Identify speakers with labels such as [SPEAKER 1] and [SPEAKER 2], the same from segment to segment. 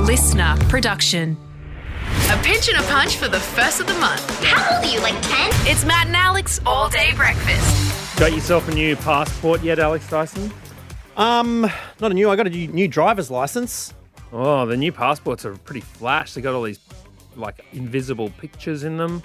[SPEAKER 1] listener production. A pinch and a punch for the first of the month.
[SPEAKER 2] How old are you? Like 10?
[SPEAKER 1] It's Matt and Alex all day breakfast.
[SPEAKER 3] Got yourself a new passport yet, Alex Dyson?
[SPEAKER 4] Um, not a new. I got a new new driver's license.
[SPEAKER 3] Oh, the new passports are pretty flash. They got all these like invisible pictures in them.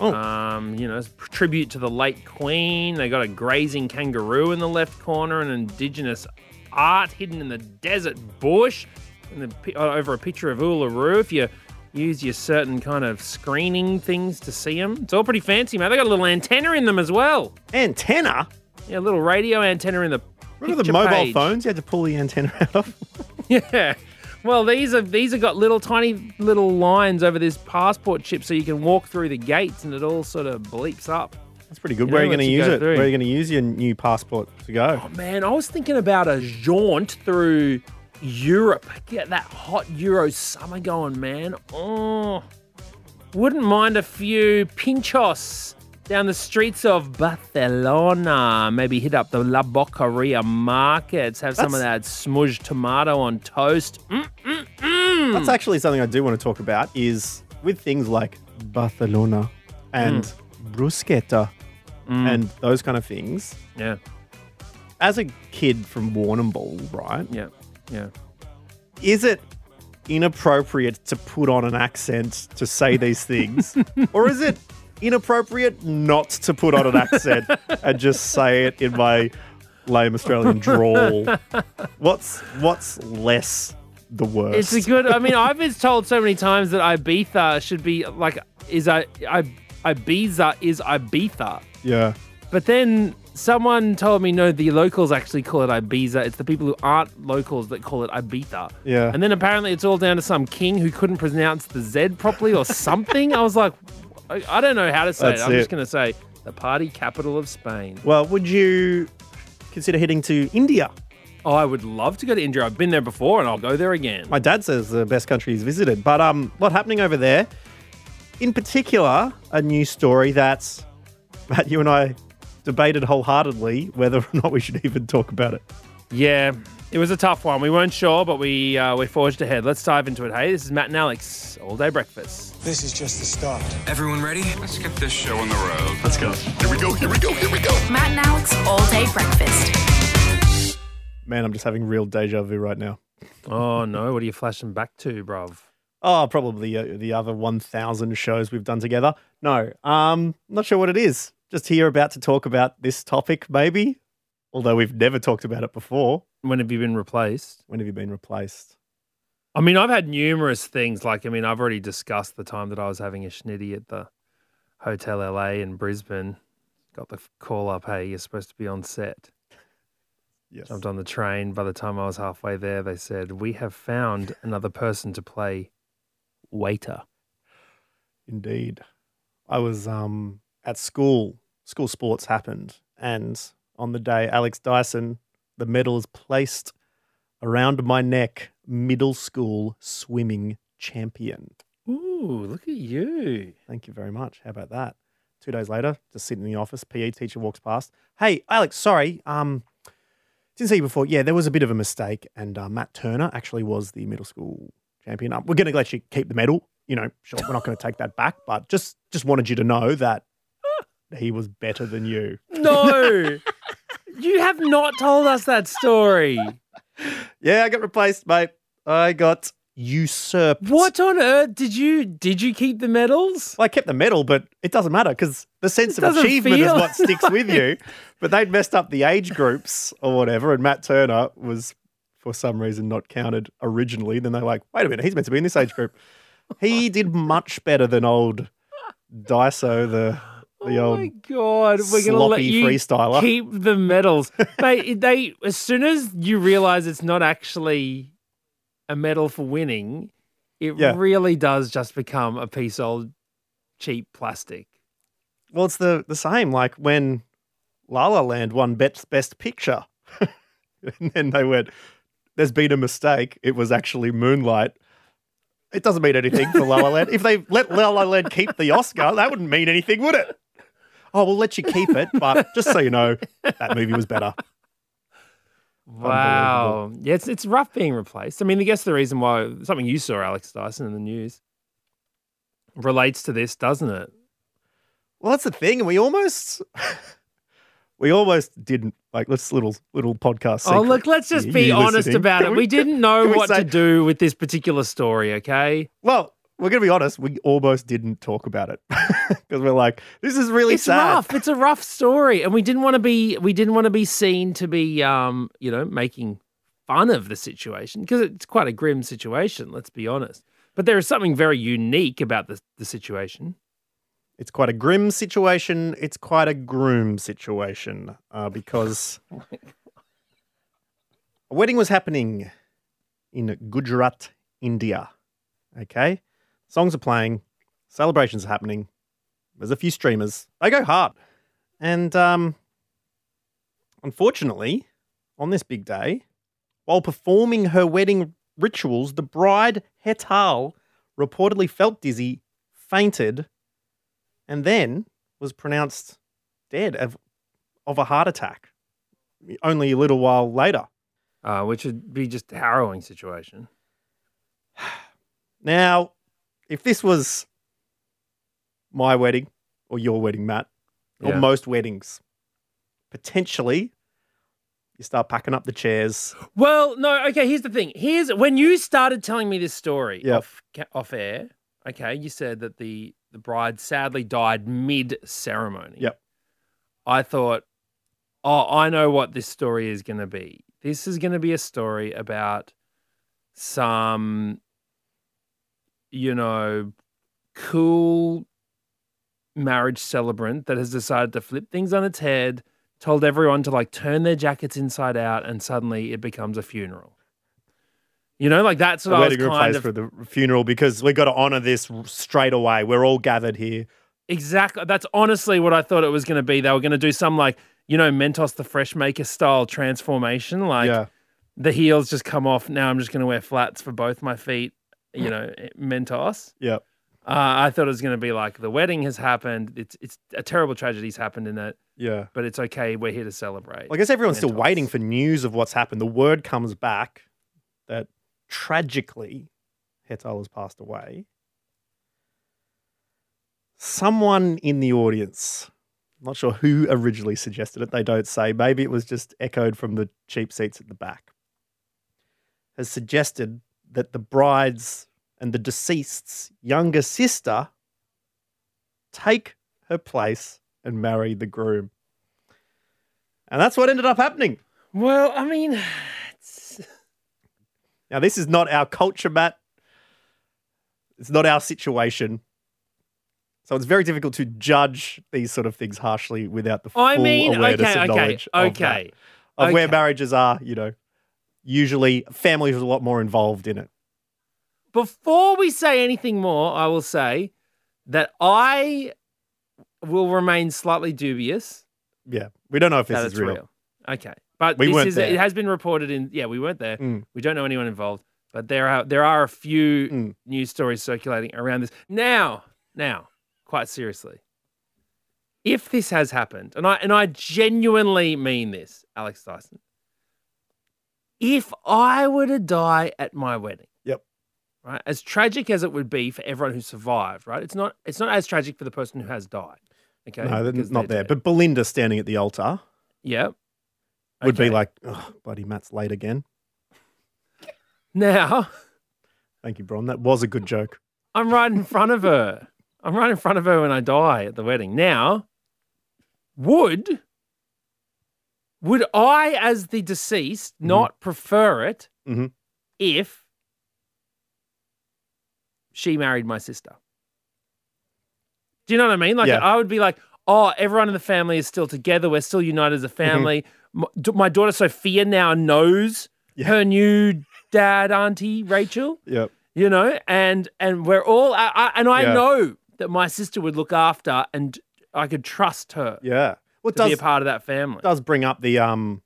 [SPEAKER 4] Oh.
[SPEAKER 3] Um, you know, it's a tribute to the late Queen. They got a grazing kangaroo in the left corner, an indigenous art hidden in the desert bush, and the, pi- uh, over a picture of Uluru. If you use your certain kind of screening things to see them, it's all pretty fancy, man. They got a little antenna in them as well.
[SPEAKER 4] Antenna.
[SPEAKER 3] Yeah, a little radio antenna in the.
[SPEAKER 4] Remember
[SPEAKER 3] picture
[SPEAKER 4] the mobile
[SPEAKER 3] page.
[SPEAKER 4] phones you had to pull the antenna out of?
[SPEAKER 3] Yeah. Well, these are these have got little tiny little lines over this passport chip, so you can walk through the gates, and it all sort of bleeps up.
[SPEAKER 4] That's pretty good.
[SPEAKER 3] You
[SPEAKER 4] Where are
[SPEAKER 3] know,
[SPEAKER 4] you going
[SPEAKER 3] once
[SPEAKER 4] to
[SPEAKER 3] you
[SPEAKER 4] use
[SPEAKER 3] go
[SPEAKER 4] it?
[SPEAKER 3] through. Hmm.
[SPEAKER 4] Where are you going to use your new passport to go?
[SPEAKER 3] Man, I was thinking about a jaunt through Europe. Get that hot Euro summer going, man. Oh, wouldn't mind a few pinchos down the streets of Barcelona. Maybe hit up the La Boqueria markets, have some of that smudged tomato on toast. Mm,
[SPEAKER 4] That's actually something I do want to talk about. Is with things like Barcelona and
[SPEAKER 3] Hmm.
[SPEAKER 4] bruschetta and those kind of things.
[SPEAKER 3] Yeah,
[SPEAKER 4] As a kid from Warrnambool, right?
[SPEAKER 3] yeah, yeah.
[SPEAKER 4] Is it inappropriate to put on an accent to say these things, or is it inappropriate not to put on an accent and just say it in my lame Australian drawl? What's what's less the worst?
[SPEAKER 3] It's a good. I mean, I've been told so many times that Ibiza should be like is I I Ibiza is Ibiza,
[SPEAKER 4] yeah.
[SPEAKER 3] but then someone told me no, the locals actually call it Ibiza. It's the people who aren't locals that call it Ibiza.
[SPEAKER 4] Yeah.
[SPEAKER 3] And then apparently it's all down to some king who couldn't pronounce the Z properly or something. I was like, I, I don't know how to say
[SPEAKER 4] That's
[SPEAKER 3] it. I'm just
[SPEAKER 4] it.
[SPEAKER 3] gonna say the party capital of Spain.
[SPEAKER 4] Well, would you consider heading to India?
[SPEAKER 3] Oh, I would love to go to India. I've been there before, and I'll go there again.
[SPEAKER 4] My dad says the best country he's visited, but um, what happening over there? In particular, a news story that Matt, you and I debated wholeheartedly whether or not we should even talk about it.
[SPEAKER 3] Yeah, it was a tough one. We weren't sure, but we uh, we forged ahead. Let's dive into it. Hey, this is Matt and Alex, all day breakfast.
[SPEAKER 5] This is just the start.
[SPEAKER 6] Everyone ready? Let's get this show on the road.
[SPEAKER 4] Let's go.
[SPEAKER 1] Matt and Alex all day breakfast.
[SPEAKER 4] Man, I'm just having real deja vu right now.
[SPEAKER 3] Oh no, what are you flashing back to, bruv?
[SPEAKER 4] Oh, probably uh, the other 1,000 shows we've done together. No, um, not sure what it is. Just here about to talk about this topic, maybe. Although we've never talked about it before.
[SPEAKER 3] When have you been replaced?
[SPEAKER 4] When have you been replaced?
[SPEAKER 3] I mean, I've had numerous things. Like, I mean, I've already discussed the time that I was having a schnitty at the Hotel LA in Brisbane. Got the call up, hey, you're supposed to be on set.
[SPEAKER 4] Yes.
[SPEAKER 3] Jumped on the train. By the time I was halfway there, they said, we have found another person to play waiter.
[SPEAKER 4] Indeed. I was um, at school, school sports happened. And on the day, Alex Dyson, the medal is placed around my neck, middle school swimming champion.
[SPEAKER 3] Ooh, look at you.
[SPEAKER 4] Thank you very much. How about that? Two days later, just sitting in the office, PE teacher walks past. Hey, Alex, sorry. Um, didn't see you before. Yeah, there was a bit of a mistake, and uh, Matt Turner actually was the middle school champion. Um, we're going to let you keep the medal. You know, sure, we're not going to take that back, but just just wanted you to know that he was better than you.
[SPEAKER 3] No. you have not told us that story.
[SPEAKER 4] Yeah, I got replaced, mate. I got usurped.
[SPEAKER 3] What on earth did you did you keep the medals?
[SPEAKER 4] Well, I kept the medal, but it doesn't matter because the sense
[SPEAKER 3] It
[SPEAKER 4] of
[SPEAKER 3] doesn't
[SPEAKER 4] achievement
[SPEAKER 3] feel
[SPEAKER 4] is what sticks with you. But they'd messed up the age groups or whatever, and Matt Turner was for some reason not counted originally. Then they're like, wait a minute, he's meant to be in this age group. He did much better than old Daiso, the the
[SPEAKER 3] oh
[SPEAKER 4] old
[SPEAKER 3] my god, we're gonna let
[SPEAKER 4] sloppy
[SPEAKER 3] you
[SPEAKER 4] freestyler.
[SPEAKER 3] keep the medals, mate. They as soon as you realise it's not actually a medal for winning, it
[SPEAKER 4] Yeah.
[SPEAKER 3] really does just become a piece of old cheap plastic.
[SPEAKER 4] Well, it's the the same. Like when La La Land won best best picture, and then they went, "There's been a mistake. It was actually Moonlight." It doesn't mean anything for La La Land. If they let La La Land keep the Oscar, that wouldn't mean anything, would it? Oh, we'll let you keep it, but just so you know, that movie was better.
[SPEAKER 3] Wow. Yeah, it's, it's rough being replaced. I mean, I guess the reason why something you saw, Alex Dyson, in the news relates to this, doesn't it?
[SPEAKER 4] Well, that's the thing, and we almost we almost didn't like this little little podcast.
[SPEAKER 3] Oh,
[SPEAKER 4] secret
[SPEAKER 3] look, let's just
[SPEAKER 4] here,
[SPEAKER 3] be
[SPEAKER 4] you
[SPEAKER 3] honest
[SPEAKER 4] listening.
[SPEAKER 3] about
[SPEAKER 4] Can
[SPEAKER 3] it. We, didn't know
[SPEAKER 4] can we
[SPEAKER 3] what
[SPEAKER 4] say-
[SPEAKER 3] to do with this particular story, okay?
[SPEAKER 4] Well, we're gonna be honest. We almost didn't talk about it because we're like, this is really
[SPEAKER 3] It's
[SPEAKER 4] sad.
[SPEAKER 3] rough. It's a rough story, and we didn't want to be we didn't want to be seen to be um, you know, making fun of the situation because it's quite a grim situation, let's be honest. But there is something very unique about the the situation.
[SPEAKER 4] It's quite a grim situation. It's quite a groom situation uh, because a wedding was happening in Gujarat, India. Okay, songs are playing, celebrations are happening. There's a few streamers. They go hard, and um, unfortunately, on this big day, while performing her wedding rituals, the bride Hetal reportedly felt dizzy, fainted and then was pronounced dead of, of a heart attack only a little while later.
[SPEAKER 3] Uh, which would be just a harrowing situation.
[SPEAKER 4] Now, if this was my wedding or your wedding, Matt, or
[SPEAKER 3] Yeah.
[SPEAKER 4] most weddings, potentially you start packing up the chairs.
[SPEAKER 3] Well, no, okay, here's the thing. Here's when you started telling me this story
[SPEAKER 4] Yeah.
[SPEAKER 3] off ca- off air, okay, you said that the the bride sadly died mid ceremony.
[SPEAKER 4] Yep.
[SPEAKER 3] I thought, "Oh, I know what this story is going to be. This is going to be a story about some you know, cool marriage celebrant that has decided to flip things on its head, told everyone to like turn their jackets inside out, and suddenly it becomes a funeral. You know, like that's
[SPEAKER 4] The
[SPEAKER 3] what I was
[SPEAKER 4] wedding
[SPEAKER 3] kind
[SPEAKER 4] replaced
[SPEAKER 3] of
[SPEAKER 4] for the funeral because we got to honor this straight away. We're all gathered here.
[SPEAKER 3] exactly. That's honestly what I thought it was going to be. They were going to do some like you know Mentos the Fresh Maker style transformation, like the heels just come off. Now I'm just going to wear flats for both my feet. You know, eh, Mentos.
[SPEAKER 4] yeah.
[SPEAKER 3] Uh, I thought it was going to be like the wedding has happened. It's it's a terrible tragedy's happened in it,
[SPEAKER 4] Yeah.
[SPEAKER 3] but it's okay. We're here to celebrate.
[SPEAKER 4] Well, I guess everyone's still
[SPEAKER 3] Mentos.
[SPEAKER 4] waiting for news of what's happened. The word comes back that tragically Hetal has passed away. Someone in the audience, not sure who originally suggested it, they don't say, maybe it was just echoed from the cheap seats at the back, has suggested that the bride's and the deceased's younger sister take her place and marry the groom. And that's what ended up happening.
[SPEAKER 3] Well, I mean, it's,
[SPEAKER 4] Now, this is not our culture, Matt. It's not our situation. So it's very difficult to judge these sort of things harshly without the full
[SPEAKER 3] I mean,
[SPEAKER 4] awareness
[SPEAKER 3] okay,
[SPEAKER 4] and
[SPEAKER 3] okay,
[SPEAKER 4] knowledge of, that-
[SPEAKER 3] okay.
[SPEAKER 4] of where
[SPEAKER 3] okay.
[SPEAKER 4] marriages are. You know, usually families are a lot more involved in it.
[SPEAKER 3] Before we say anything more, I will say that I will remain slightly dubious
[SPEAKER 4] Yeah, we don't know if this
[SPEAKER 3] that
[SPEAKER 4] is
[SPEAKER 3] it's
[SPEAKER 4] real.
[SPEAKER 3] real. Okay, but
[SPEAKER 4] We
[SPEAKER 3] this
[SPEAKER 4] weren't
[SPEAKER 3] is
[SPEAKER 4] there.
[SPEAKER 3] it has been reported in. Yeah, we weren't there.
[SPEAKER 4] Mm.
[SPEAKER 3] We don't know anyone involved, but there are there are a few
[SPEAKER 4] Mm.
[SPEAKER 3] news stories circulating around this now. Now, quite seriously, if this has happened, and I and I genuinely mean this, Alex Dyson, if I were to die at my wedding,
[SPEAKER 4] Yep.
[SPEAKER 3] right, as tragic as it would be for everyone who survived, right, it's not it's not as tragic for the person who has died. Okay,
[SPEAKER 4] No,
[SPEAKER 3] because
[SPEAKER 4] that's not
[SPEAKER 3] they're
[SPEAKER 4] there.
[SPEAKER 3] dead.
[SPEAKER 4] But Belinda standing at the altar
[SPEAKER 3] yeah,
[SPEAKER 4] would
[SPEAKER 3] Okay.
[SPEAKER 4] be like, oh, bloody Matt's late again.
[SPEAKER 3] now.
[SPEAKER 4] Thank you, Bron. That was a good joke.
[SPEAKER 3] I'm right in front of her. I'm right in front of her when I die at the wedding. Now, would would I, as the deceased,
[SPEAKER 4] Mhm.
[SPEAKER 3] not prefer it
[SPEAKER 4] Mhm.
[SPEAKER 3] if she married my sister? Do you know what I mean? Like,
[SPEAKER 4] Yeah.
[SPEAKER 3] I would be like, oh, everyone in the family is still together. We're still united as
[SPEAKER 4] Mm-hmm.
[SPEAKER 3] a family. My, d- my daughter Sophia now knows
[SPEAKER 4] Yeah.
[SPEAKER 3] her new dad, auntie Rachel
[SPEAKER 4] Yep.
[SPEAKER 3] you know and and we're all I, I, and i
[SPEAKER 4] Yeah.
[SPEAKER 3] know that my sister would look after and i could trust her
[SPEAKER 4] Yeah. What
[SPEAKER 3] to be a part of that family
[SPEAKER 4] does bring up the um,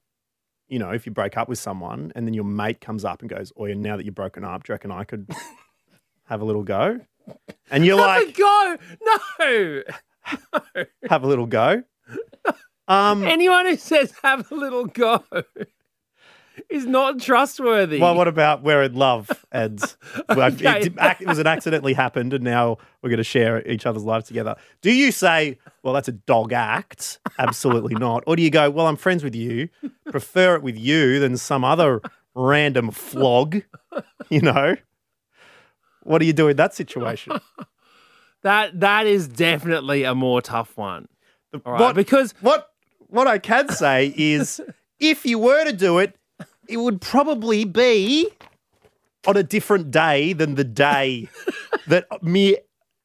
[SPEAKER 4] you know, if you break up with someone and then your mate comes up and goes, "Oh, yeah, now that you're broken up, do you reckon I could have a little go?" And you're
[SPEAKER 3] Have a
[SPEAKER 4] like,
[SPEAKER 3] go no
[SPEAKER 4] "Have a little go." Um,
[SPEAKER 3] anyone who says have a little go is not trustworthy.
[SPEAKER 4] Well, what about we're in love and well,
[SPEAKER 3] Okay.
[SPEAKER 4] it, did- ac- it was an accidentally happened, and now we're going to share each other's lives together? Do you say, well, that's a dog act? Absolutely not. Or do you go, well, I'm friends with you, prefer it with you than some other random flog? You know, what do you do in that situation?
[SPEAKER 3] that that is definitely a more tough one. All right,
[SPEAKER 4] What-
[SPEAKER 3] because
[SPEAKER 4] what what I can say is if you were to do it, it would probably be on a different day than the day that mere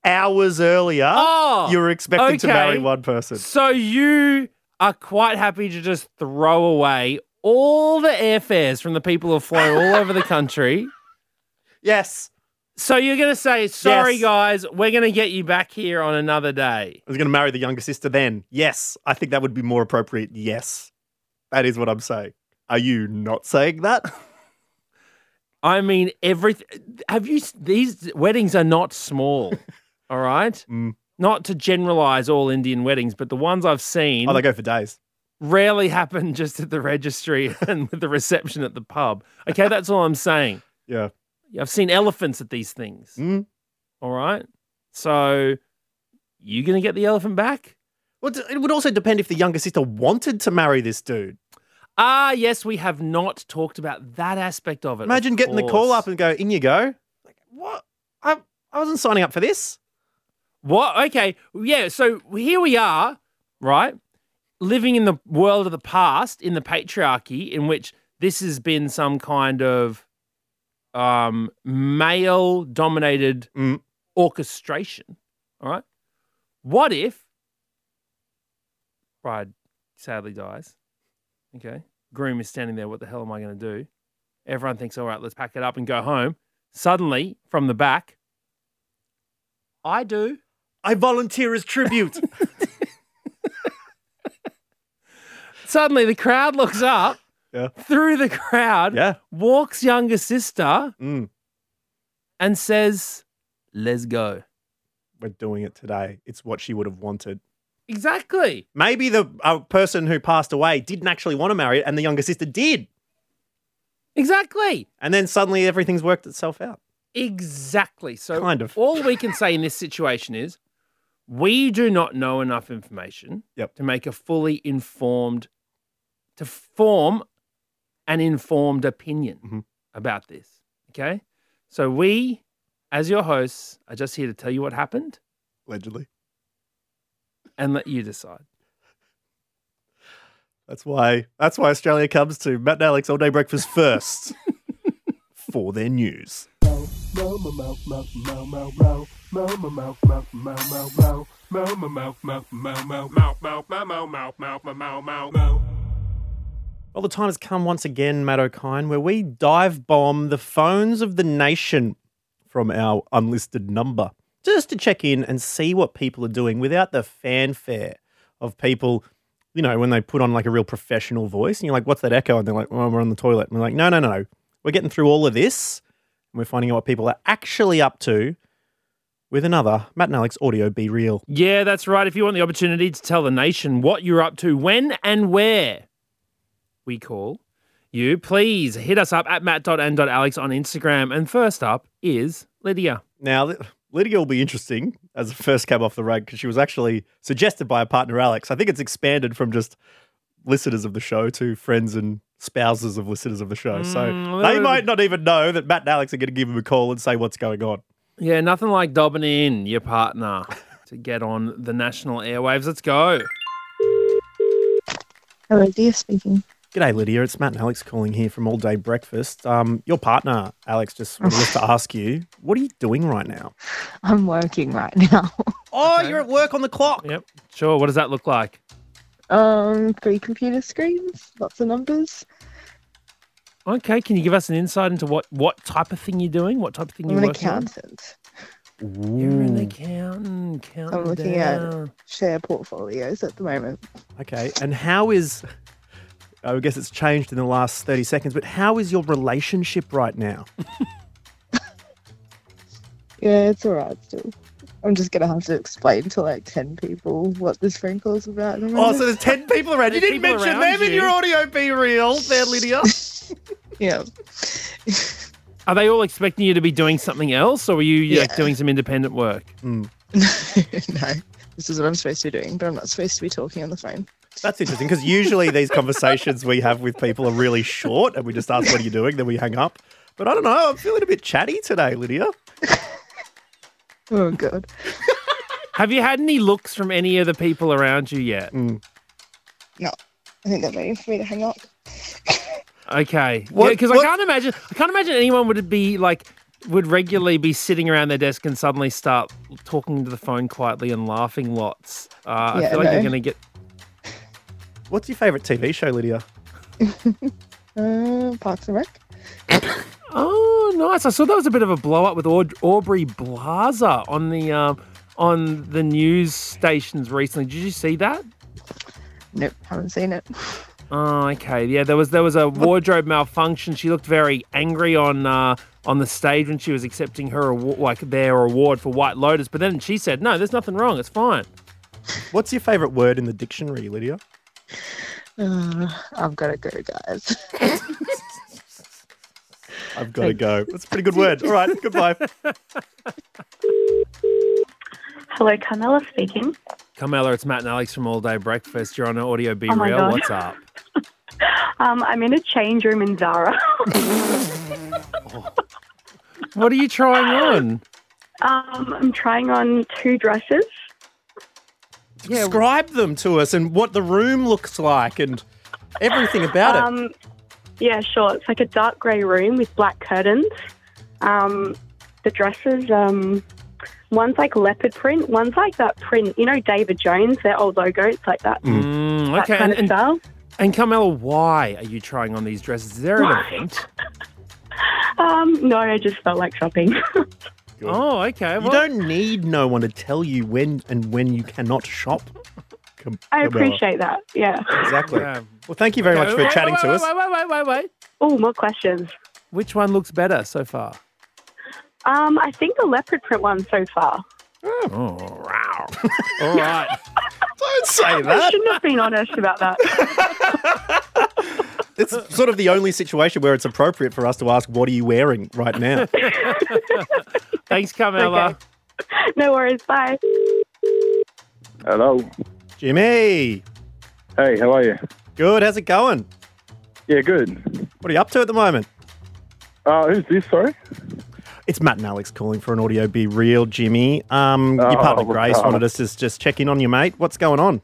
[SPEAKER 4] hours earlier
[SPEAKER 3] Oh,
[SPEAKER 4] you were expecting to marry
[SPEAKER 3] okay.
[SPEAKER 4] one person.
[SPEAKER 3] so you are quite happy to just throw away all the airfares from the people who have flown all over the country.
[SPEAKER 4] Yes.
[SPEAKER 3] So you're going to say, sorry
[SPEAKER 4] Yes.
[SPEAKER 3] guys, we're going to get you back here on another day.
[SPEAKER 4] I was going to marry the younger sister then. Yes. I think that would be more appropriate. Yes. That is what I'm saying. Are you not saying that?
[SPEAKER 3] I mean, everything. Have you? s- These weddings are not small. all right.
[SPEAKER 4] Mm.
[SPEAKER 3] Not to generalize all Indian weddings, but the ones I've seen
[SPEAKER 4] Oh, they go for days.
[SPEAKER 3] rarely happen just at the registry and with the reception at the pub. Okay, that's all I'm saying.
[SPEAKER 4] Yeah.
[SPEAKER 3] I've seen elephants at these things.
[SPEAKER 4] Mm.
[SPEAKER 3] All right. So you gonna get the elephant back?
[SPEAKER 4] Well, d- it would also depend if the younger sister wanted to marry this dude.
[SPEAKER 3] Ah, yes, we have not talked about that aspect of it. of
[SPEAKER 4] Imagine getting the call
[SPEAKER 3] course.
[SPEAKER 4] up and go, in you go. Like, what? I, I wasn't signing up for this.
[SPEAKER 3] What? Okay. Yeah. So here we are, right? Living in the world of the past, in the patriarchy, in which this has been some kind of um, male dominated
[SPEAKER 4] Mm.
[SPEAKER 3] orchestration. All right. What if bride sadly dies? Okay. Groom is standing there. What the hell am I going to do? Everyone thinks, all right, let's pack it up and go home. Suddenly, from the back, I do.
[SPEAKER 4] I volunteer as tribute.
[SPEAKER 3] Suddenly, the crowd looks up.
[SPEAKER 4] Yeah.
[SPEAKER 3] Through the crowd,
[SPEAKER 4] yeah.
[SPEAKER 3] walks younger sister
[SPEAKER 4] Mm.
[SPEAKER 3] and says, "Let's go."
[SPEAKER 4] We're doing it today. It's what she would have wanted.
[SPEAKER 3] Exactly.
[SPEAKER 4] Maybe the uh, person who passed away didn't actually want to marry it and the younger sister did.
[SPEAKER 3] Exactly.
[SPEAKER 4] And then suddenly everything's worked itself out.
[SPEAKER 3] Exactly. So,
[SPEAKER 4] Kind of.
[SPEAKER 3] all we can say in this situation is, we do not know enough information
[SPEAKER 4] Yep.
[SPEAKER 3] to make a fully informed, to form an informed opinion
[SPEAKER 4] Mhm.
[SPEAKER 3] about this. Okay. So we, as your hosts, are just here to tell you what happened.
[SPEAKER 4] Allegedly.
[SPEAKER 3] and let you decide.
[SPEAKER 4] That's why that's why Australia comes to Matt and Alex All Day Breakfast first for their news. Well, the time has come once again, Matt O'Kine, where we dive bomb the phones of the nation from our unlisted number just to check in and see what people are doing without the fanfare of people, you know, when they put on like a real professional voice and you're like, what's that echo? And they're like, well, we're on the toilet. And we're like, no, no, no, no. We're getting through all of this and we're finding out what people are actually up to with another Matt and Alex Audio Be Real.
[SPEAKER 3] Yeah, that's right. If you want the opportunity to tell the nation what you're up to, when and where we call you, please hit us up at matt.n.alex on Instagram. And first up is Lydia.
[SPEAKER 4] Now, Ly- Lydia will be interesting as a first cab off the rank because she was actually suggested by a partner, Alex. I think it's expanded from just listeners of the show to friends and spouses of listeners of the show.
[SPEAKER 3] Mm,
[SPEAKER 4] so
[SPEAKER 3] well-
[SPEAKER 4] they might not even know that Matt and Alex are going to give him a call and say what's going on.
[SPEAKER 3] Yeah, nothing like dobbing in your partner to get on the national airwaves. Let's go.
[SPEAKER 2] Hello, Dia speaking.
[SPEAKER 4] G'day, Lydia. It's Matt and Alex calling here from All Day Breakfast. Um, your partner, Alex, just wanted us to ask you, what are you doing right now?
[SPEAKER 2] I'm working right now.
[SPEAKER 4] Oh,
[SPEAKER 3] Okay.
[SPEAKER 4] you're at work on the clock.
[SPEAKER 3] Yep, sure. What does that look like?
[SPEAKER 2] Um, three computer screens, lots of numbers.
[SPEAKER 3] Okay, can you give us an insight into what, what type of thing you're doing? What type of thing
[SPEAKER 2] I'm
[SPEAKER 3] you're
[SPEAKER 2] an
[SPEAKER 3] working on?
[SPEAKER 2] accountant.
[SPEAKER 3] You're an
[SPEAKER 4] Ooh.
[SPEAKER 3] accountant. Counting
[SPEAKER 2] I'm looking at
[SPEAKER 3] down.
[SPEAKER 2] Share portfolios at the moment.
[SPEAKER 4] Okay. And how is, I guess it's changed in the last 30 seconds, but how is your relationship right now?
[SPEAKER 2] Yeah, it's alright still. I'm just gonna have to explain to like ten people what this phone call's about. in a
[SPEAKER 4] Oh,
[SPEAKER 2] minute.
[SPEAKER 4] so there's 10 people around. You
[SPEAKER 3] There's
[SPEAKER 4] didn't
[SPEAKER 3] people
[SPEAKER 4] mention
[SPEAKER 3] around
[SPEAKER 4] them in
[SPEAKER 3] you.
[SPEAKER 4] your audio be real there, Lydia.
[SPEAKER 2] Yeah.
[SPEAKER 3] Are they all expecting you to be doing something else, or were you like,
[SPEAKER 2] Yeah.
[SPEAKER 3] doing some independent work?
[SPEAKER 2] no, this is what I'm supposed to be doing, but I'm not supposed to be talking on the phone.
[SPEAKER 4] That's interesting because usually these conversations we have with people are really short and we just ask, What are you doing? Then we hang up. But I don't know. I'm feeling a bit chatty today, Lydia.
[SPEAKER 2] Oh god.
[SPEAKER 3] Have you had any looks from any of the people around you yet?
[SPEAKER 2] Mm. No. I think they're waiting for me to hang up.
[SPEAKER 3] Okay.
[SPEAKER 4] What-
[SPEAKER 3] Because I
[SPEAKER 4] what-
[SPEAKER 3] can't imagine. I can't imagine anyone would be like would regularly be sitting around their desk and suddenly start talking to the phone quietly and laughing lots. Uh, I
[SPEAKER 2] Yeah,
[SPEAKER 3] feel like you're
[SPEAKER 2] no.
[SPEAKER 3] gonna get.
[SPEAKER 4] What's your favorite TV show, Lydia?
[SPEAKER 2] Uh, Parks and Rec.
[SPEAKER 3] Oh, nice! I saw there was a bit of a blow up with Aud- Aubrey Blaza on the um, on the news stations recently. Did you see that?
[SPEAKER 2] Nope, haven't seen it.
[SPEAKER 3] Oh, okay. Yeah, there was there was a wardrobe malfunction. She looked very angry on uh, on the stage when she was accepting her award, like their award for White Lotus. But then she said, "No, there's nothing wrong. It's fine."
[SPEAKER 4] What's your favorite word in the dictionary, Lydia?
[SPEAKER 2] Uh, I've got to go, guys.
[SPEAKER 4] I've got to go. That's a pretty good word. All right. Goodbye.
[SPEAKER 5] Hello, Carmela speaking.
[SPEAKER 3] Carmela, it's Matt and Alex from All Day Breakfast. You're on Audio Be
[SPEAKER 5] Oh my
[SPEAKER 3] Real.
[SPEAKER 5] God.
[SPEAKER 3] What's up?
[SPEAKER 5] Um, I'm in a change room in Zara.
[SPEAKER 3] What are you trying on?
[SPEAKER 5] um, I'm trying on two dresses.
[SPEAKER 4] Describe them to us and what the room looks like and everything about it.
[SPEAKER 5] Um, yeah, sure. It's like a dark grey room with black curtains. Um, the dresses, um, one's like leopard print, one's like that print, you know, David Jones, their old logo. It's like that,
[SPEAKER 3] Mm,
[SPEAKER 5] Hmm. that
[SPEAKER 3] okay. And,
[SPEAKER 5] kind of
[SPEAKER 3] and,
[SPEAKER 5] style.
[SPEAKER 3] and Carmela, why are you trying on these dresses? Is there an
[SPEAKER 5] Why?
[SPEAKER 3] event?
[SPEAKER 5] Um, no, I just felt like shopping.
[SPEAKER 3] Oh, okay.
[SPEAKER 4] You
[SPEAKER 3] Well,
[SPEAKER 4] don't need no one to tell you when and when you cannot shop. Come-
[SPEAKER 5] I
[SPEAKER 4] Camilla.
[SPEAKER 5] appreciate that. Yeah.
[SPEAKER 4] Exactly.
[SPEAKER 3] Yeah.
[SPEAKER 4] Well, thank you very much for
[SPEAKER 3] Wait,
[SPEAKER 4] chatting
[SPEAKER 3] wait,
[SPEAKER 4] to
[SPEAKER 3] wait,
[SPEAKER 4] us.
[SPEAKER 3] Wait, wait, wait, wait, wait.
[SPEAKER 5] Oh, more questions.
[SPEAKER 3] Which one looks better so far?
[SPEAKER 5] Um, I think the leopard print one so far.
[SPEAKER 3] Oh, wow. All right.
[SPEAKER 4] Don't say
[SPEAKER 3] Ah.
[SPEAKER 5] I
[SPEAKER 4] that.
[SPEAKER 5] shouldn't have been honest about that.
[SPEAKER 4] It's sort of the only situation where it's appropriate for us to ask, "What are you wearing right now?"
[SPEAKER 3] Thanks, Carmela.
[SPEAKER 5] Okay. no worries. Bye.
[SPEAKER 7] Hello.
[SPEAKER 4] Jimmy,
[SPEAKER 7] Hey, how are you?
[SPEAKER 4] good. How's it going?
[SPEAKER 7] Yeah, good.
[SPEAKER 4] What are you up to at the moment?
[SPEAKER 7] Uh, who's this? Sorry.
[SPEAKER 4] It's Matt and Alex calling for an audio. Be real, Jimmy. Um, your
[SPEAKER 7] Oh,
[SPEAKER 4] partner Grace
[SPEAKER 7] God.
[SPEAKER 4] wanted us to just check in on you, mate. What's going on?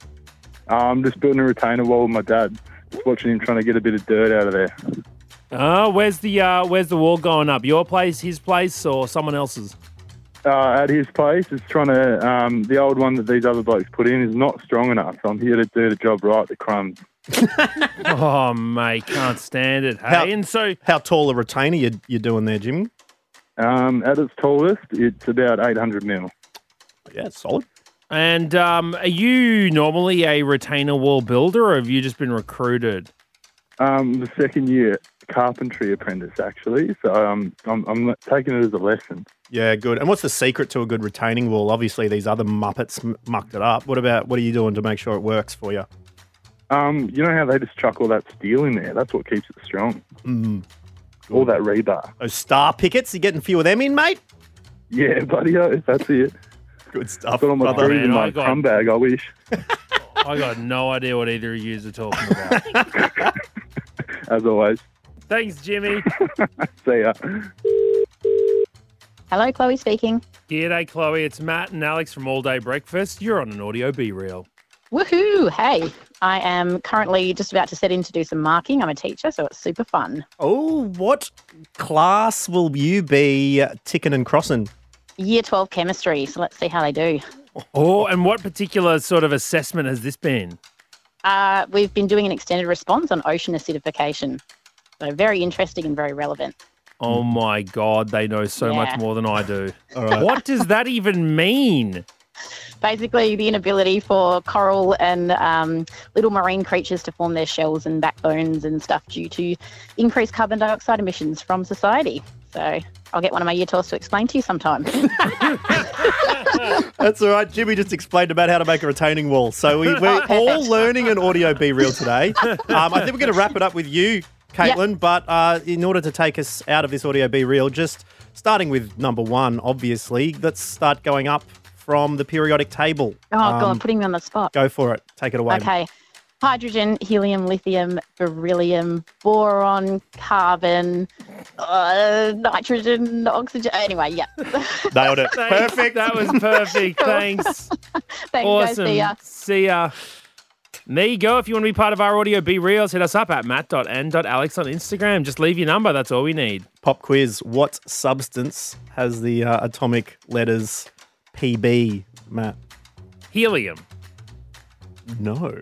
[SPEAKER 7] Uh, I'm just building a retainer wall with my dad. Just watching him trying to get a bit of dirt out of there.
[SPEAKER 3] Oh, where's the uh, where's the wall going up? Your place, his place, or someone else's?
[SPEAKER 7] Uh, at his place, it's trying to. Um, the old one that these other blokes put in is not strong enough. So I'm here to do the job right. The crumbs.
[SPEAKER 3] Oh, mate, can't stand it. Hey,
[SPEAKER 4] How-
[SPEAKER 3] and so
[SPEAKER 4] How tall a retainer you you doing there, Jimmy?
[SPEAKER 7] Um, at its tallest, it's about 800 mil.
[SPEAKER 4] Yeah, it's solid.
[SPEAKER 3] and um, are you normally a retainer wall builder, or have you just been recruited?
[SPEAKER 7] Um, the second year carpentry apprentice actually. So um, I'm, I'm taking it as a lesson.
[SPEAKER 4] Yeah, good. And what's the secret to a good retaining wall? Obviously, these other muppets m- mucked it up. What about what are you doing to make sure it works for you?
[SPEAKER 7] Um, you know how they just chuck all that steel in there? That's what keeps it strong.
[SPEAKER 3] Mm-hmm.
[SPEAKER 7] All that rebar.
[SPEAKER 4] Those star pickets, you getting a few of them in, mate?
[SPEAKER 7] Yeah, buddy, oh, that's it.
[SPEAKER 4] Good stuff,
[SPEAKER 7] I've got all my
[SPEAKER 4] brother.
[SPEAKER 7] trees in
[SPEAKER 3] Man, I
[SPEAKER 7] my
[SPEAKER 3] got-
[SPEAKER 7] crumb bag, I wish.
[SPEAKER 3] I got no idea what either of yous are talking about.
[SPEAKER 7] As always.
[SPEAKER 3] Thanks, Jimmy.
[SPEAKER 7] See ya.
[SPEAKER 8] Hello, Chloe speaking.
[SPEAKER 3] G'day, Chloe. It's Matt and Alex from All Day Breakfast. You're on an audio B reel.
[SPEAKER 8] Woohoo! Hey, I am currently just about to set in to do some marking. I'm a teacher, so it's super fun.
[SPEAKER 4] Oh, what class will you be uh, ticking and crossing?
[SPEAKER 8] Year 12 chemistry, so let's see how they do.
[SPEAKER 3] Oh, and what particular sort of assessment has this been?
[SPEAKER 8] Uh, we've been doing an extended response on ocean acidification. So, very interesting and very relevant.
[SPEAKER 3] Oh my God, they know so
[SPEAKER 8] Yeah.
[SPEAKER 3] much more than I do.
[SPEAKER 4] All right.
[SPEAKER 3] What does that even mean?
[SPEAKER 8] Basically, the inability for coral and um, little marine creatures to form their shells and backbones and stuff due to increased carbon dioxide emissions from society. So, I'll get one of my year 12s to explain to you sometime.
[SPEAKER 4] That's all right. Jimmy just explained about how to make a retaining wall. So we, we're all learning an audio B reel today. Um, I think we're going to wrap it up with you, Caitlin. But uh, in order to take us out of this audio be real, just starting with number one, obviously, let's start going up from the periodic table.
[SPEAKER 8] Oh,
[SPEAKER 4] Um,
[SPEAKER 8] God, putting me on the spot.
[SPEAKER 4] Go for it. Take it away.
[SPEAKER 8] Okay. Hydrogen, helium, lithium, beryllium, boron, carbon, uh, nitrogen, oxygen. Anyway, yeah. Thanks,
[SPEAKER 4] Nailed it.
[SPEAKER 3] Thanks.
[SPEAKER 4] Perfect.
[SPEAKER 3] That was perfect. Thanks.
[SPEAKER 8] guys. See ya.
[SPEAKER 3] awesome. See ya. And There you go. If you want to be part of our audio be reels, hit us up at matt.n.alex on Instagram. Just leave your number. That's all we need.
[SPEAKER 4] Pop quiz. What substance has the uh, atomic letters PB, Matt?
[SPEAKER 3] Helium.
[SPEAKER 4] No.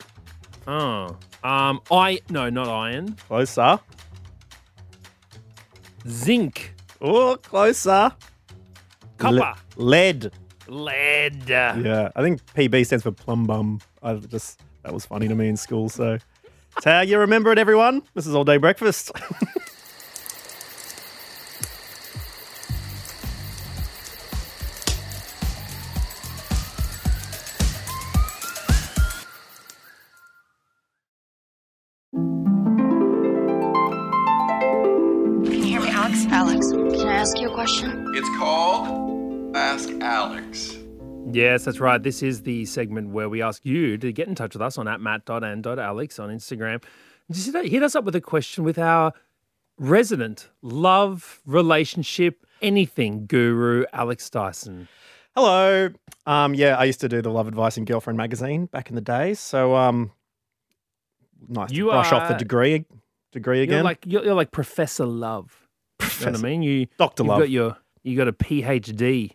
[SPEAKER 3] Oh. Um, I no, not iron.
[SPEAKER 4] Closer.
[SPEAKER 3] Zinc.
[SPEAKER 4] Oh, closer.
[SPEAKER 3] Copper.
[SPEAKER 4] Le- lead.
[SPEAKER 3] Lead.
[SPEAKER 4] Yeah, I think PB stands for plum bum. I just that was funny to me in school. So, it's how you remember it, everyone. This is all day breakfast.
[SPEAKER 9] Can you hear me, Alex? Alex, can I ask you a question?
[SPEAKER 6] It's called Ask Alex.
[SPEAKER 3] Yes, that's right. This is the segment where we ask you to get in touch with us on at matt.and.alex on Instagram. Just hit hit us up with a question with our resident love, relationship, anything guru, Alex Dyson.
[SPEAKER 4] Hello. Um, yeah, I used to do the Love Advice and Girlfriend magazine back in the day. So, um, nice
[SPEAKER 3] You
[SPEAKER 4] to brush off the
[SPEAKER 3] are-
[SPEAKER 4] degree degree
[SPEAKER 3] You're
[SPEAKER 4] again.
[SPEAKER 3] like you're, you're like Professor Love. You know what I mean? You
[SPEAKER 4] Doctor
[SPEAKER 3] you've
[SPEAKER 4] Love.
[SPEAKER 3] got your you got a PhD.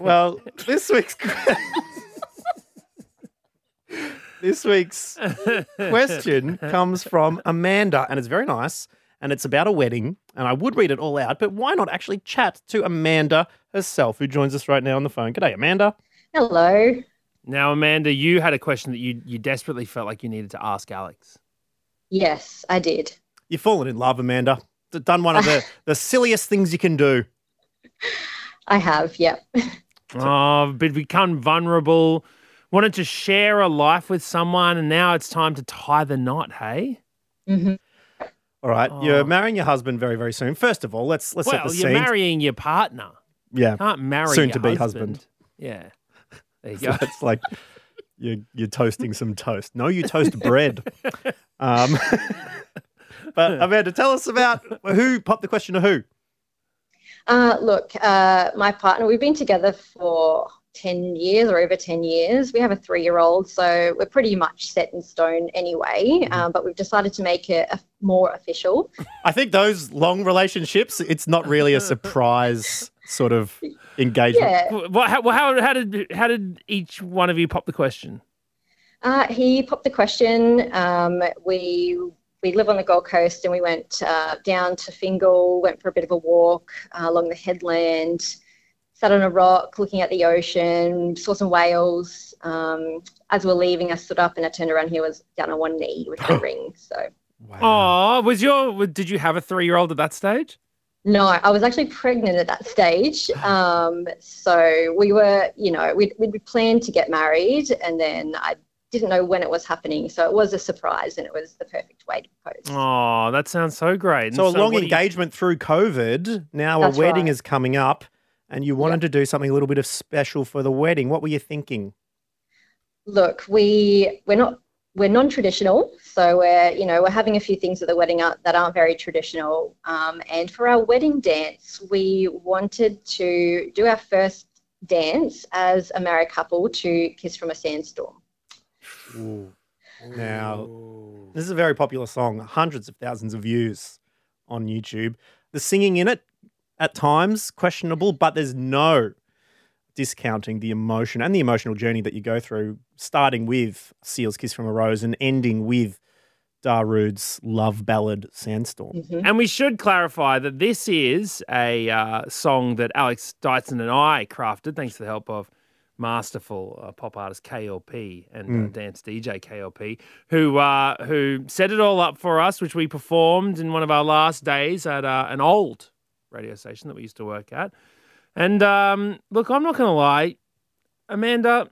[SPEAKER 4] well, this week's this week's question comes from Amanda, and it's very nice, and it's about a wedding. And I would read it all out, but why not actually chat to Amanda herself, who joins us right now on the phone? G'day, Amanda.
[SPEAKER 10] Hello.
[SPEAKER 3] Now, Amanda, you had a question that you you desperately felt like you needed to ask Alex.
[SPEAKER 10] Yes, I did.
[SPEAKER 4] You've fallen in love, Amanda. D- Done one of the, the silliest things you can do.
[SPEAKER 10] I have. Yep.
[SPEAKER 3] Oh, but become vulnerable. Wanted to share a life with someone, and now it's time to tie the knot. Hey,
[SPEAKER 10] hmm
[SPEAKER 4] All right, you're
[SPEAKER 3] Oh.
[SPEAKER 4] marrying your husband very, very soon. First of all, let's let's set
[SPEAKER 3] well,
[SPEAKER 4] the
[SPEAKER 3] you're
[SPEAKER 4] scene.
[SPEAKER 3] marrying your partner.
[SPEAKER 4] yeah,
[SPEAKER 3] Can't marry
[SPEAKER 4] Soon
[SPEAKER 3] your
[SPEAKER 4] to be husband.
[SPEAKER 3] husband. Yeah, there you go.
[SPEAKER 4] it's like you're you're toasting some toast. No, you toast bread. Um, but Amanda, tell us about who popped the question to who.
[SPEAKER 10] Uh, look, uh, my partner, we've been together for 10 years or over 10 years. We have a three year old, so we're pretty much set in stone anyway,
[SPEAKER 8] Mm-hmm.
[SPEAKER 10] um, but we've decided to make it a, more official.
[SPEAKER 4] I think those long relationships, it's not really a surprise sort of engagement.
[SPEAKER 10] Yeah.
[SPEAKER 3] Well, well, how, well, how, how did how did each one of you pop the question?
[SPEAKER 10] Uh, he popped the question. Um, we we live on the Gold Coast, and we went uh, down to Fingal, went for a bit of a walk uh, along the headland, sat on a rock looking at the ocean, saw some whales. Um, as we were leaving, I stood up and I turned around. He was down on one knee with a ring. So
[SPEAKER 3] Oh, was your did you have a three year old at that stage?
[SPEAKER 10] no, I was actually pregnant at that stage. Um, so we were, you know, we'd, we'd planned to get married, and then I didn't know when it was happening. So it was a surprise, and it was the perfect way to propose.
[SPEAKER 3] Oh, that sounds so great. And
[SPEAKER 4] So a
[SPEAKER 3] what
[SPEAKER 4] long
[SPEAKER 3] do you-
[SPEAKER 4] engagement through COVID. Now
[SPEAKER 10] That's
[SPEAKER 4] a wedding
[SPEAKER 10] right.
[SPEAKER 4] is coming up, and you wanted to do something a little bit of special for the wedding. What were you thinking?
[SPEAKER 10] look we we're not we're non-traditional so we're you know we're having a few things at the wedding out that aren't very traditional um, and for our wedding dance we wanted to do our first dance as a married couple to kiss from a sandstorm
[SPEAKER 4] Now, this is a very popular song, hundreds of thousands of views on YouTube. The singing in it, at times, questionable, but there's no discounting the emotion and the emotional journey that you go through, starting with Seal's Kiss from a Rose and ending with Darude's love ballad Sandstorm.
[SPEAKER 10] Mhm.
[SPEAKER 3] And we should clarify that this is a uh, song that Alex Dyson and I crafted, thanks to the help of masterful uh, pop artist KLP and uh, dance DJ KLP, who uh, who set it all up for us, which we performed in one of our last days at uh, an old radio station that we used to work at. And um, look, I'm not going to lie, Amanda.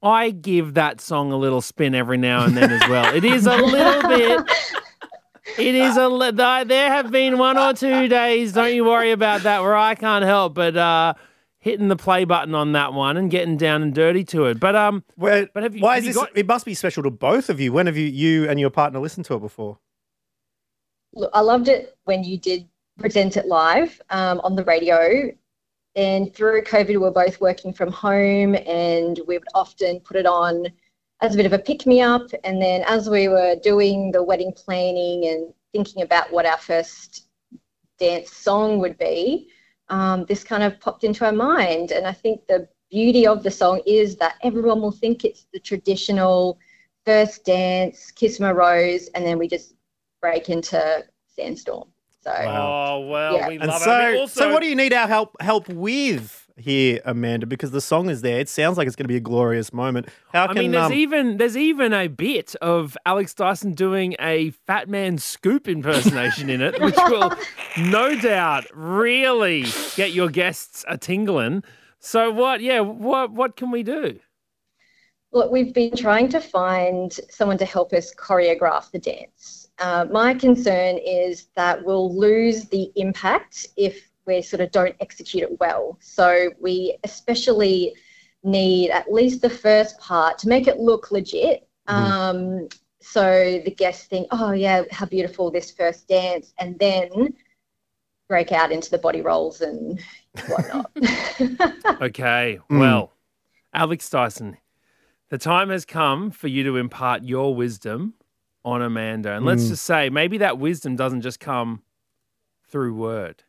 [SPEAKER 3] I give that song a little spin every now and then as well. It is a little bit. It is a. li- th- There have been one or two days. Don't you worry about that. Where I can't help but uh, hitting the play button on that one and getting down and dirty to it. But um,
[SPEAKER 4] Where,
[SPEAKER 3] but have you,
[SPEAKER 4] why
[SPEAKER 3] have
[SPEAKER 4] is
[SPEAKER 3] you
[SPEAKER 4] this?
[SPEAKER 3] got-
[SPEAKER 4] It must be special to both of you. When have you, you and your partner, listened to it before?
[SPEAKER 10] Look, I loved it when you did present it live um, on the radio. And through COVID, we were both working from home, and we would often put it on as a bit of a pick me up. And then as we were doing the wedding planning and thinking about what our first dance song would be, um, this kind of popped into our mind. And I think the beauty of the song is that everyone will think it's the traditional first dance, kiss my rose, and then we just break into sandstorm. So
[SPEAKER 3] Oh well,
[SPEAKER 10] Yeah.
[SPEAKER 3] we
[SPEAKER 4] And
[SPEAKER 3] love
[SPEAKER 4] so,
[SPEAKER 3] it. I mean, also,
[SPEAKER 4] so what do you need our help help with here, Amanda? Because the song is there. It sounds like it's going to be a glorious moment. How
[SPEAKER 3] I
[SPEAKER 4] can
[SPEAKER 3] mean, there's
[SPEAKER 4] um,
[SPEAKER 3] even there's even a bit of Alex Dyson doing a Fat Man Scoop impersonation in it, which will no doubt really get your guests a tingling. So what? Yeah, what what can we do?
[SPEAKER 10] Look, we've been trying to find someone to help us choreograph the dance. Uh, my concern is that we'll lose the impact if we sort of don't execute it well. So we especially need at least the first part to make it look legit. Um, so the guests think, oh yeah, how beautiful this first dance, and then break out into the body rolls and whatnot.
[SPEAKER 3] Okay,
[SPEAKER 4] Mm.
[SPEAKER 3] well, Alex Dyson, the time has come for you to impart your wisdom on Amanda, and let's
[SPEAKER 4] Mm.
[SPEAKER 3] just say maybe that wisdom doesn't just come through word.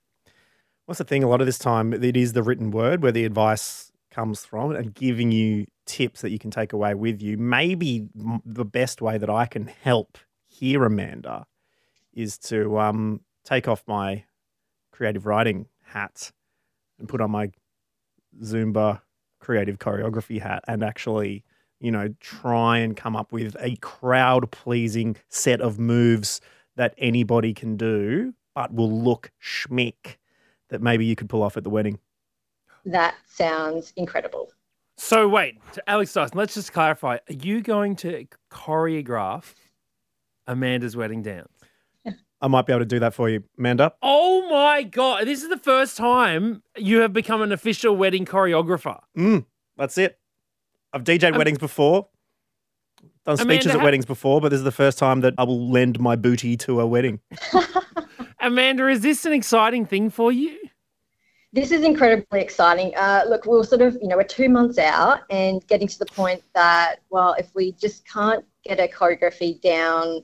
[SPEAKER 4] What's the thing? A lot of this time, it is the written word where the advice comes from and giving you tips that you can take away with you. Maybe m- the best way that I can help here, Amanda, is to um, take off my creative writing hat and put on my Zumba creative choreography hat and actually, you know, try and come up with a crowd pleasing set of moves that anybody can do, but will look schmick that maybe you could pull off at the wedding.
[SPEAKER 10] that sounds incredible.
[SPEAKER 3] So wait, to Alex Dyson, let's just clarify. Are you going to choreograph Amanda's wedding dance?
[SPEAKER 4] I might be able to do that for you, Amanda.
[SPEAKER 3] Oh my god, this is the first time you have become an official wedding choreographer.
[SPEAKER 4] Mm, that's it. I've DJ'd weddings before,
[SPEAKER 3] Um,
[SPEAKER 4] done
[SPEAKER 3] Amanda,
[SPEAKER 4] speeches at
[SPEAKER 3] ha-
[SPEAKER 4] weddings before, but this is the first time that I will lend my booty to a wedding.
[SPEAKER 3] Amanda, is this an exciting thing for you?
[SPEAKER 10] This is incredibly exciting. Uh, look, we're sort of, you know, we're two months out and getting to the point that, well, if we just can't get a choreography down,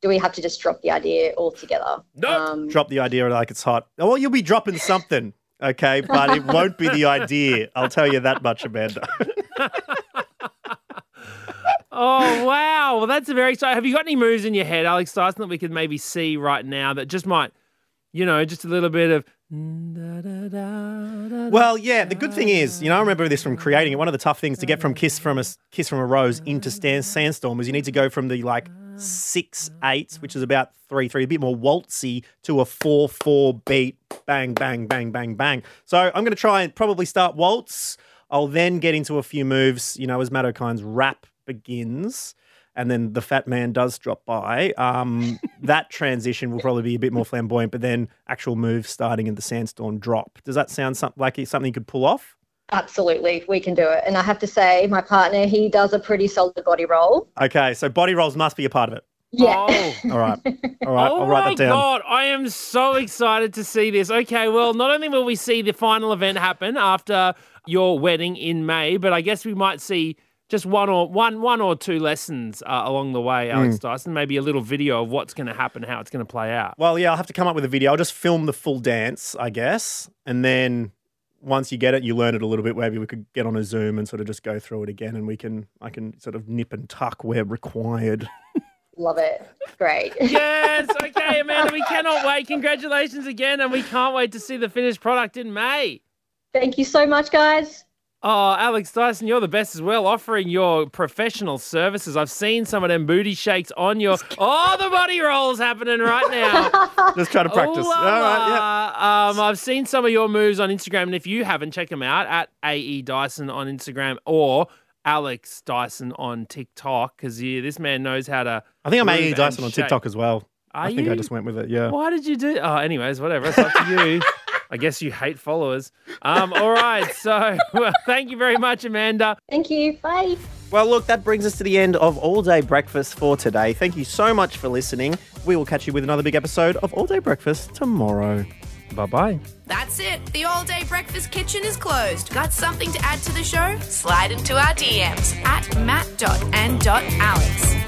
[SPEAKER 10] do we have to just drop the idea altogether?
[SPEAKER 3] Nope.
[SPEAKER 10] Um,
[SPEAKER 4] Drop the idea like it's hot. Oh, Well, you'll be dropping something, okay? But it won't be the idea. I'll tell you that much, Amanda.
[SPEAKER 3] Oh wow, well that's a very exciting. Have you got any moves in your head, Alex Dyson, that we could maybe see right now that just might, you know, just a little bit of.
[SPEAKER 4] Well, yeah. The good thing is, you know, I remember this from creating it. One of the tough things to get from kiss from a kiss from a rose into Stan, sandstorm is you need to go from the like six eights, which is about three three, a bit more waltzy, to a four four beat, bang bang bang bang bang. So I'm going to try and probably start waltz. I'll then get into a few moves, you know, as Matt O'Kine's rap begins. And then the fat man does drop by. Um, that transition will probably be a bit more flamboyant, but then actual moves starting in the sandstorm drop. Does that sound some, like it's something you could pull off?
[SPEAKER 10] absolutely, we can do it. And I have to say, my partner, he does a pretty solid body roll.
[SPEAKER 4] Okay, so body rolls must be a part of it.
[SPEAKER 10] Yeah.
[SPEAKER 3] Oh.
[SPEAKER 4] All right. All right,
[SPEAKER 3] oh
[SPEAKER 4] I'll write
[SPEAKER 3] my
[SPEAKER 4] that down.
[SPEAKER 3] god, I am so excited to see this. Okay, well, not only will we see the final event happen after your wedding in May, but I guess we might see just one or one one or two lessons uh, along the way, Alex
[SPEAKER 4] Hmm.
[SPEAKER 3] Dyson. Maybe a little video of what's going to happen, how it's going to play out.
[SPEAKER 4] Well, yeah, I'll have to come up with a video. I'll just film the full dance, I guess. And then once you get it, you learn it a little bit. Maybe we could get on a Zoom and sort of just go through it again and we can I can sort of nip and tuck where required.
[SPEAKER 10] Love it. Great.
[SPEAKER 3] Yes, okay, Amanda, we cannot wait. Congratulations again, and we can't wait to see the finished product in May.
[SPEAKER 10] Thank you so much, guys.
[SPEAKER 3] Oh, Alex Dyson, you're the best as well, offering your professional services. I've seen some of them booty shakes on your. Oh, the body rolls happening right now.
[SPEAKER 4] Just try to practice.
[SPEAKER 3] Ooh, la,
[SPEAKER 4] All right, yeah.
[SPEAKER 3] la. Um, I've seen some of your moves on E Instagram, and if you haven't, check them out at AE Dyson on Instagram or Alex Dyson on TikTok because yeah, this man knows how to.
[SPEAKER 11] I think I'm
[SPEAKER 3] move
[SPEAKER 11] Amy
[SPEAKER 3] and
[SPEAKER 11] Dyson on
[SPEAKER 3] shape.
[SPEAKER 11] TikTok as well.
[SPEAKER 3] Are
[SPEAKER 11] I think I
[SPEAKER 3] you?
[SPEAKER 11] just went with it. Yeah.
[SPEAKER 3] Why did you do? Oh, anyways, whatever. It's up to you. I guess you hate followers. Um, all right. So, well, thank you very much, Amanda.
[SPEAKER 10] Thank you. Bye.
[SPEAKER 4] Well, look, that brings us to the end of All Day Breakfast for today. Thank you so much for listening. We will catch you with another big episode of All Day Breakfast tomorrow.
[SPEAKER 3] Bye bye.
[SPEAKER 1] That's it. The all day breakfast kitchen is closed. Got something to add to the show? Slide into our DMs at matt.and.alex.